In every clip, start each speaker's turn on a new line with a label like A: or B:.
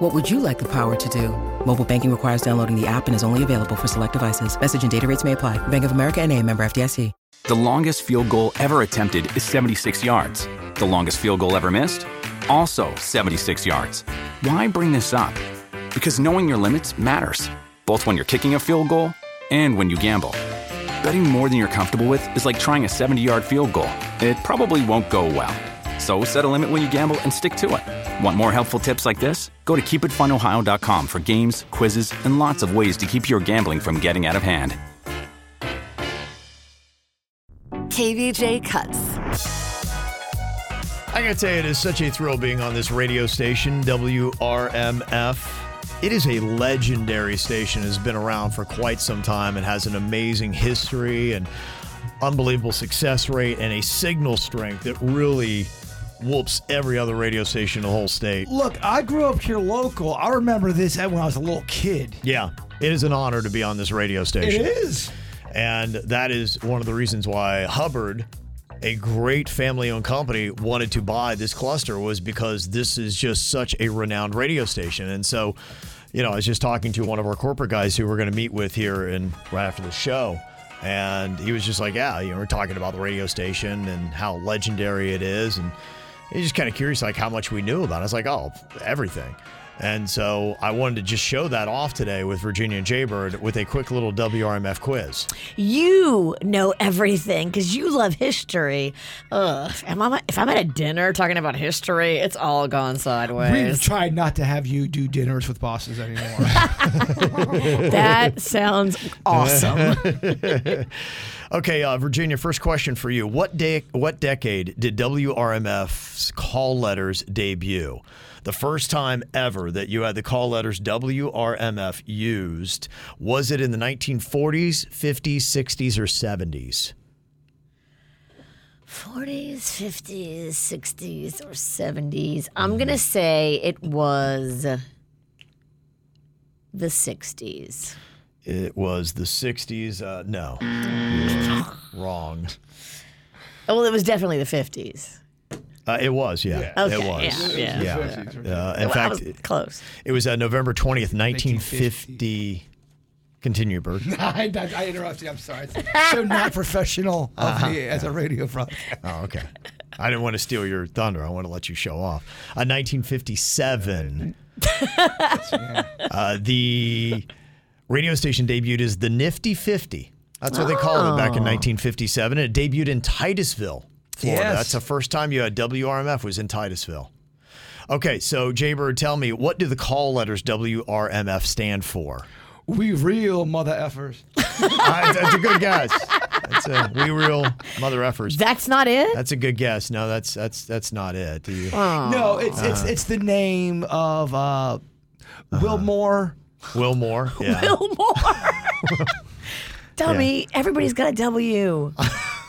A: What would you like the power to do? Mobile banking requires downloading the app and is only available for select devices. Message and data rates may apply. Bank of America and a member FDIC.
B: The longest field goal ever attempted is 76 yards. The longest field goal ever missed? Also 76 yards. Why bring this up? Because knowing your limits matters, both when you're kicking a field goal and when you gamble. Betting more than you're comfortable with is like trying a 70 yard field goal. It probably won't go well. So set a limit when you gamble and stick to it. Want more helpful tips like this? Go to keepitfunohio.com for games, quizzes, and lots of ways to keep your gambling from getting out of hand.
C: KVJ Cuts.
D: I gotta tell you, it is such a thrill being on this radio station, WRMF. It is a legendary station, has been around for quite some time and has an amazing history and unbelievable success rate and a signal strength that really whoops every other radio station in the whole state.
E: Look, I grew up here local. I remember this when I was a little kid.
D: Yeah, it is an honor to be on this radio
E: It
D: station.
E: is.
D: And that is one of the reasons why Hubbard, a great family owned company, wanted to buy this cluster was because this is just such a renowned radio station. And so, you know, I was just talking to one of our corporate guys who we're going to meet with here and right after the show. And he was just like, yeah, you know, we're talking about the radio station and how legendary it is. And he's just kind of curious, like, how much we knew about it. I was like, oh, everything. And so I wanted to just show that off today with Virginia and Jaybird with a quick little WRMF quiz.
F: You know everything because you love history. Ugh. Am I, if I'm at a dinner talking about history, it's all gone
E: We've
F: sideways.
E: tried not to have you do dinners with bosses anymore.
F: that sounds awesome.
D: Okay, uh, Virginia. First question for you: What day? What decade did WRMF's call letters debut? The first time ever that you had the call letters WRMF used was it in the 1940s, 50s, 60s, or 70s?
F: 40s, 50s, 60s, or 70s. I'm going to say it was the 60s.
D: It was the 60s. Uh, no, You're wrong.
F: Well, it was definitely the 50s.
D: Uh, it was, yeah,
F: Okay,
D: it was.
F: yeah, yeah.
D: Uh, in
F: Well, I
D: fact,
F: was close.
D: it was uh, November 20th, 1950. Continue, Bird.
E: I, I, I interrupted. I'm sorry. It's so not professional of me as a radio broadcast.
D: Oh, okay. I didn't want to steal your thunder. I want to let you show off. Uh, 1957. uh, the radio station debuted as the Nifty 50. That's what they called it back in 1957. It debuted in Titusville, Florida.
E: Yes.
D: That's the first time you had WRMF was in Titusville. Okay, so Jaybird, tell me, what do the call letters WRMF stand for?
E: We real mother effers.
D: Uh, that's a good guess. That's a we real mother effers.
F: That's not it?
D: That's a good guess. No, that's that's that's not it. Do you-
E: No, it's it's it's the name of uh, Wilmore.
D: Will Moore. Yeah.
F: Bill Moore. dummy. Everybody's got a W.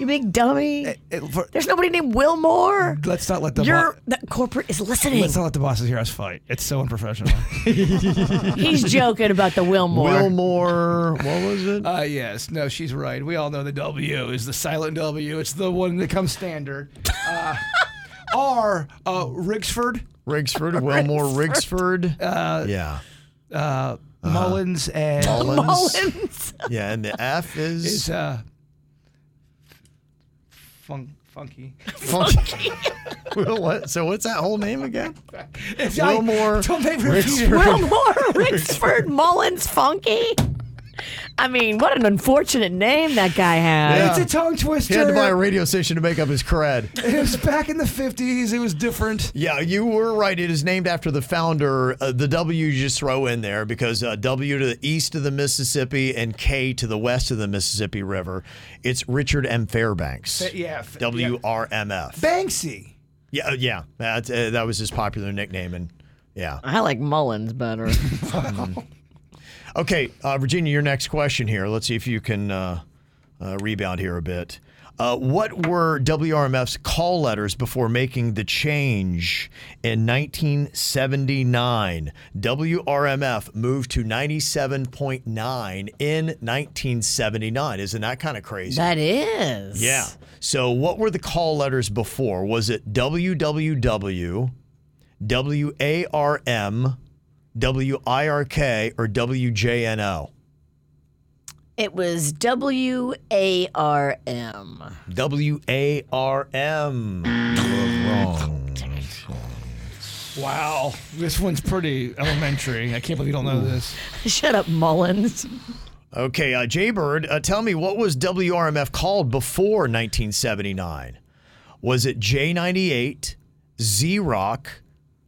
F: You big dummy.
E: It- for-
F: There's nobody named Will Moore.
E: let's not let the
F: Your
E: bo-
F: that corporate is listening.
E: let's not let the bosses hear us fight. It's so unprofessional.
F: He's joking about the Will Moore.
D: Will Moore. What was it?
E: uh, yes, no, she's right. We all know the W is the silent W. It's the one that comes standard. Uh, R uh, Rigsford.
D: Rigsford. Will Moore. Rigsford. yeah.
E: uh, Mullins and
D: Uh-huh. Mullins.
F: Mullins.
D: Yeah, and the F is,
E: is uh, fun- funky.
D: funky. Will what? So what's that whole name again?
E: If
D: Wilmore,
E: don't make me repeat it.
F: Will Moore, Ricksford, Mullins, Funky. I mean, what an unfortunate name that guy has.
E: It's a tongue
D: He had to buy a
E: twister.
D: radio station to make up his cred.
E: It was back in the fifties. It was different.
D: Yeah, you were right. It is named after the founder. Uh, the W you just throw in there because uh, W to the east of the Mississippi and K to the west of the Mississippi River. It's Richard M. Fairbanks.
E: Fa- yeah, fa- yeah.
D: WRMF.
E: Banksy.
D: Yeah, uh, yeah. That uh, that was his popular nickname, and yeah.
F: I like Mullins better.
D: Okay, uh, Virginia, your next question here. Let's see if you can uh, uh, rebound here a bit. Uh, what were WRMF's call letters before making the change in 1979? WRMF moved to 97.9 in 1979. Isn't that kind of crazy?
F: That is.
D: Yeah. So what were the call letters before? Was it WWW, WARM, WIRK, or WJNO?
F: It was W A R M.
D: WARM.
E: Wow, this one's pretty elementary. I can't believe you don't know this.
F: Shut up, Mullins.
D: Okay, uh, Jaybird, uh, tell me what was WRMF called before 1979? Was it J98, Z Rock,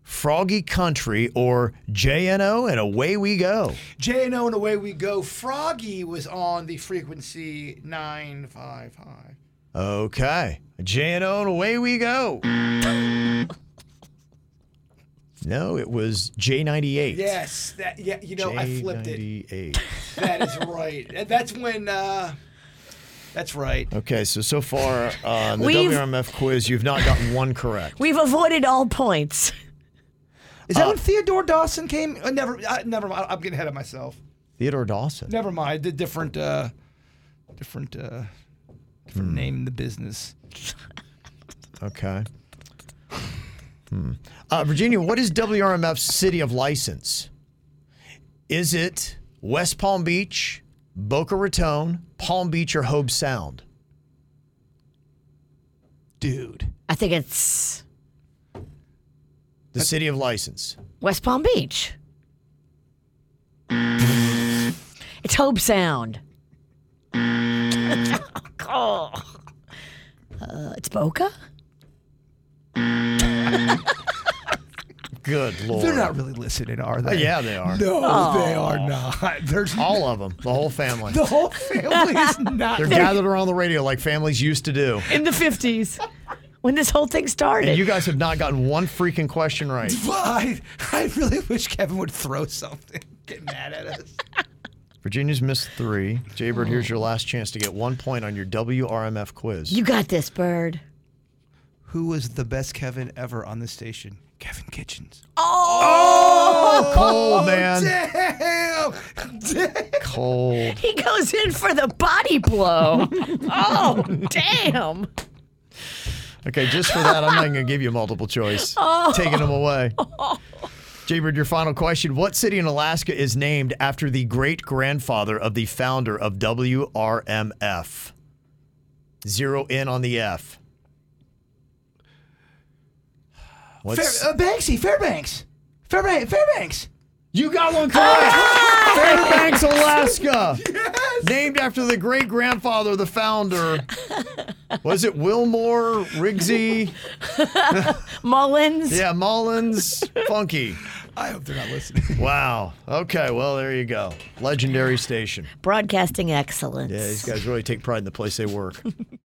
D: Froggy Country, or JNO? And away we go.
E: J and O and away we go. Froggy was on the frequency nine five high.
D: Okay. JNO and away we go. no, it was J98.
E: Yes, that yeah. You know, I flipped it.
D: J98.
E: That is right. And That's when. uh That's right.
D: Okay, so so far uh, on the
F: We've-
D: WRMF quiz, you've not gotten one correct.
F: We've avoided all points.
E: Is
D: Uh,
E: that when Theodore Dawson came? Uh, never, uh, never mind. I'm getting ahead of myself.
D: Theodore Dawson.
E: Never mind. The different, uh, different, uh, different
D: Hmm.
E: name in the business.
D: Okay. Hmm. Uh, Virginia, what is WRMF's city of license? Is it West Palm Beach, Boca Raton, Palm Beach, or Hobe Sound?
E: Dude,
F: I think it's
D: The city of license.
F: West Palm Beach. it's Hope Sound. oh. uh, it's Boca?
D: Good lord.
E: they're not really listening, are they?
D: Oh, yeah, they are.
E: No, they are not. There's
D: All of them, the whole family.
E: the whole family is not.
D: They're gathered around the radio like families used to do.
F: In the 50s, when this whole thing started.
D: And you guys have not gotten one freaking question right.
E: I, I really wish Kevin would throw something. Get mad at us.
D: Virginia's missed three. Jaybird, here's your last chance to get one point on your WRMF quiz.
F: You got this, Bird.
E: Who was the best Kevin ever on the station? Kevin Kitchens. Oh!
D: cold, man.
E: Damn!
D: Cold.
F: He goes in for the body blow. oh, damn.
D: Okay, just for that, I'm not going to give you multiple choice. Taking them away. Jaybird, your final question. What city in Alaska is named after the great grandfather of the founder of WRMF? Zero in on the F. What's,
E: Fair, uh, Banksy, Fairbanks. Fairbanks, Fairbanks.
D: you got one correct! Fairbanks, Alaska! Named after the great grandfather, the founder. Was it Wilmore, Rigsy?
F: Mullins.
D: Yeah, Mullins, Funky.
E: I hope they're not listening.
D: Wow. Okay. Well, there you go. Legendary station.
F: Broadcasting excellence.
D: Yeah, these guys really take pride in the place they work.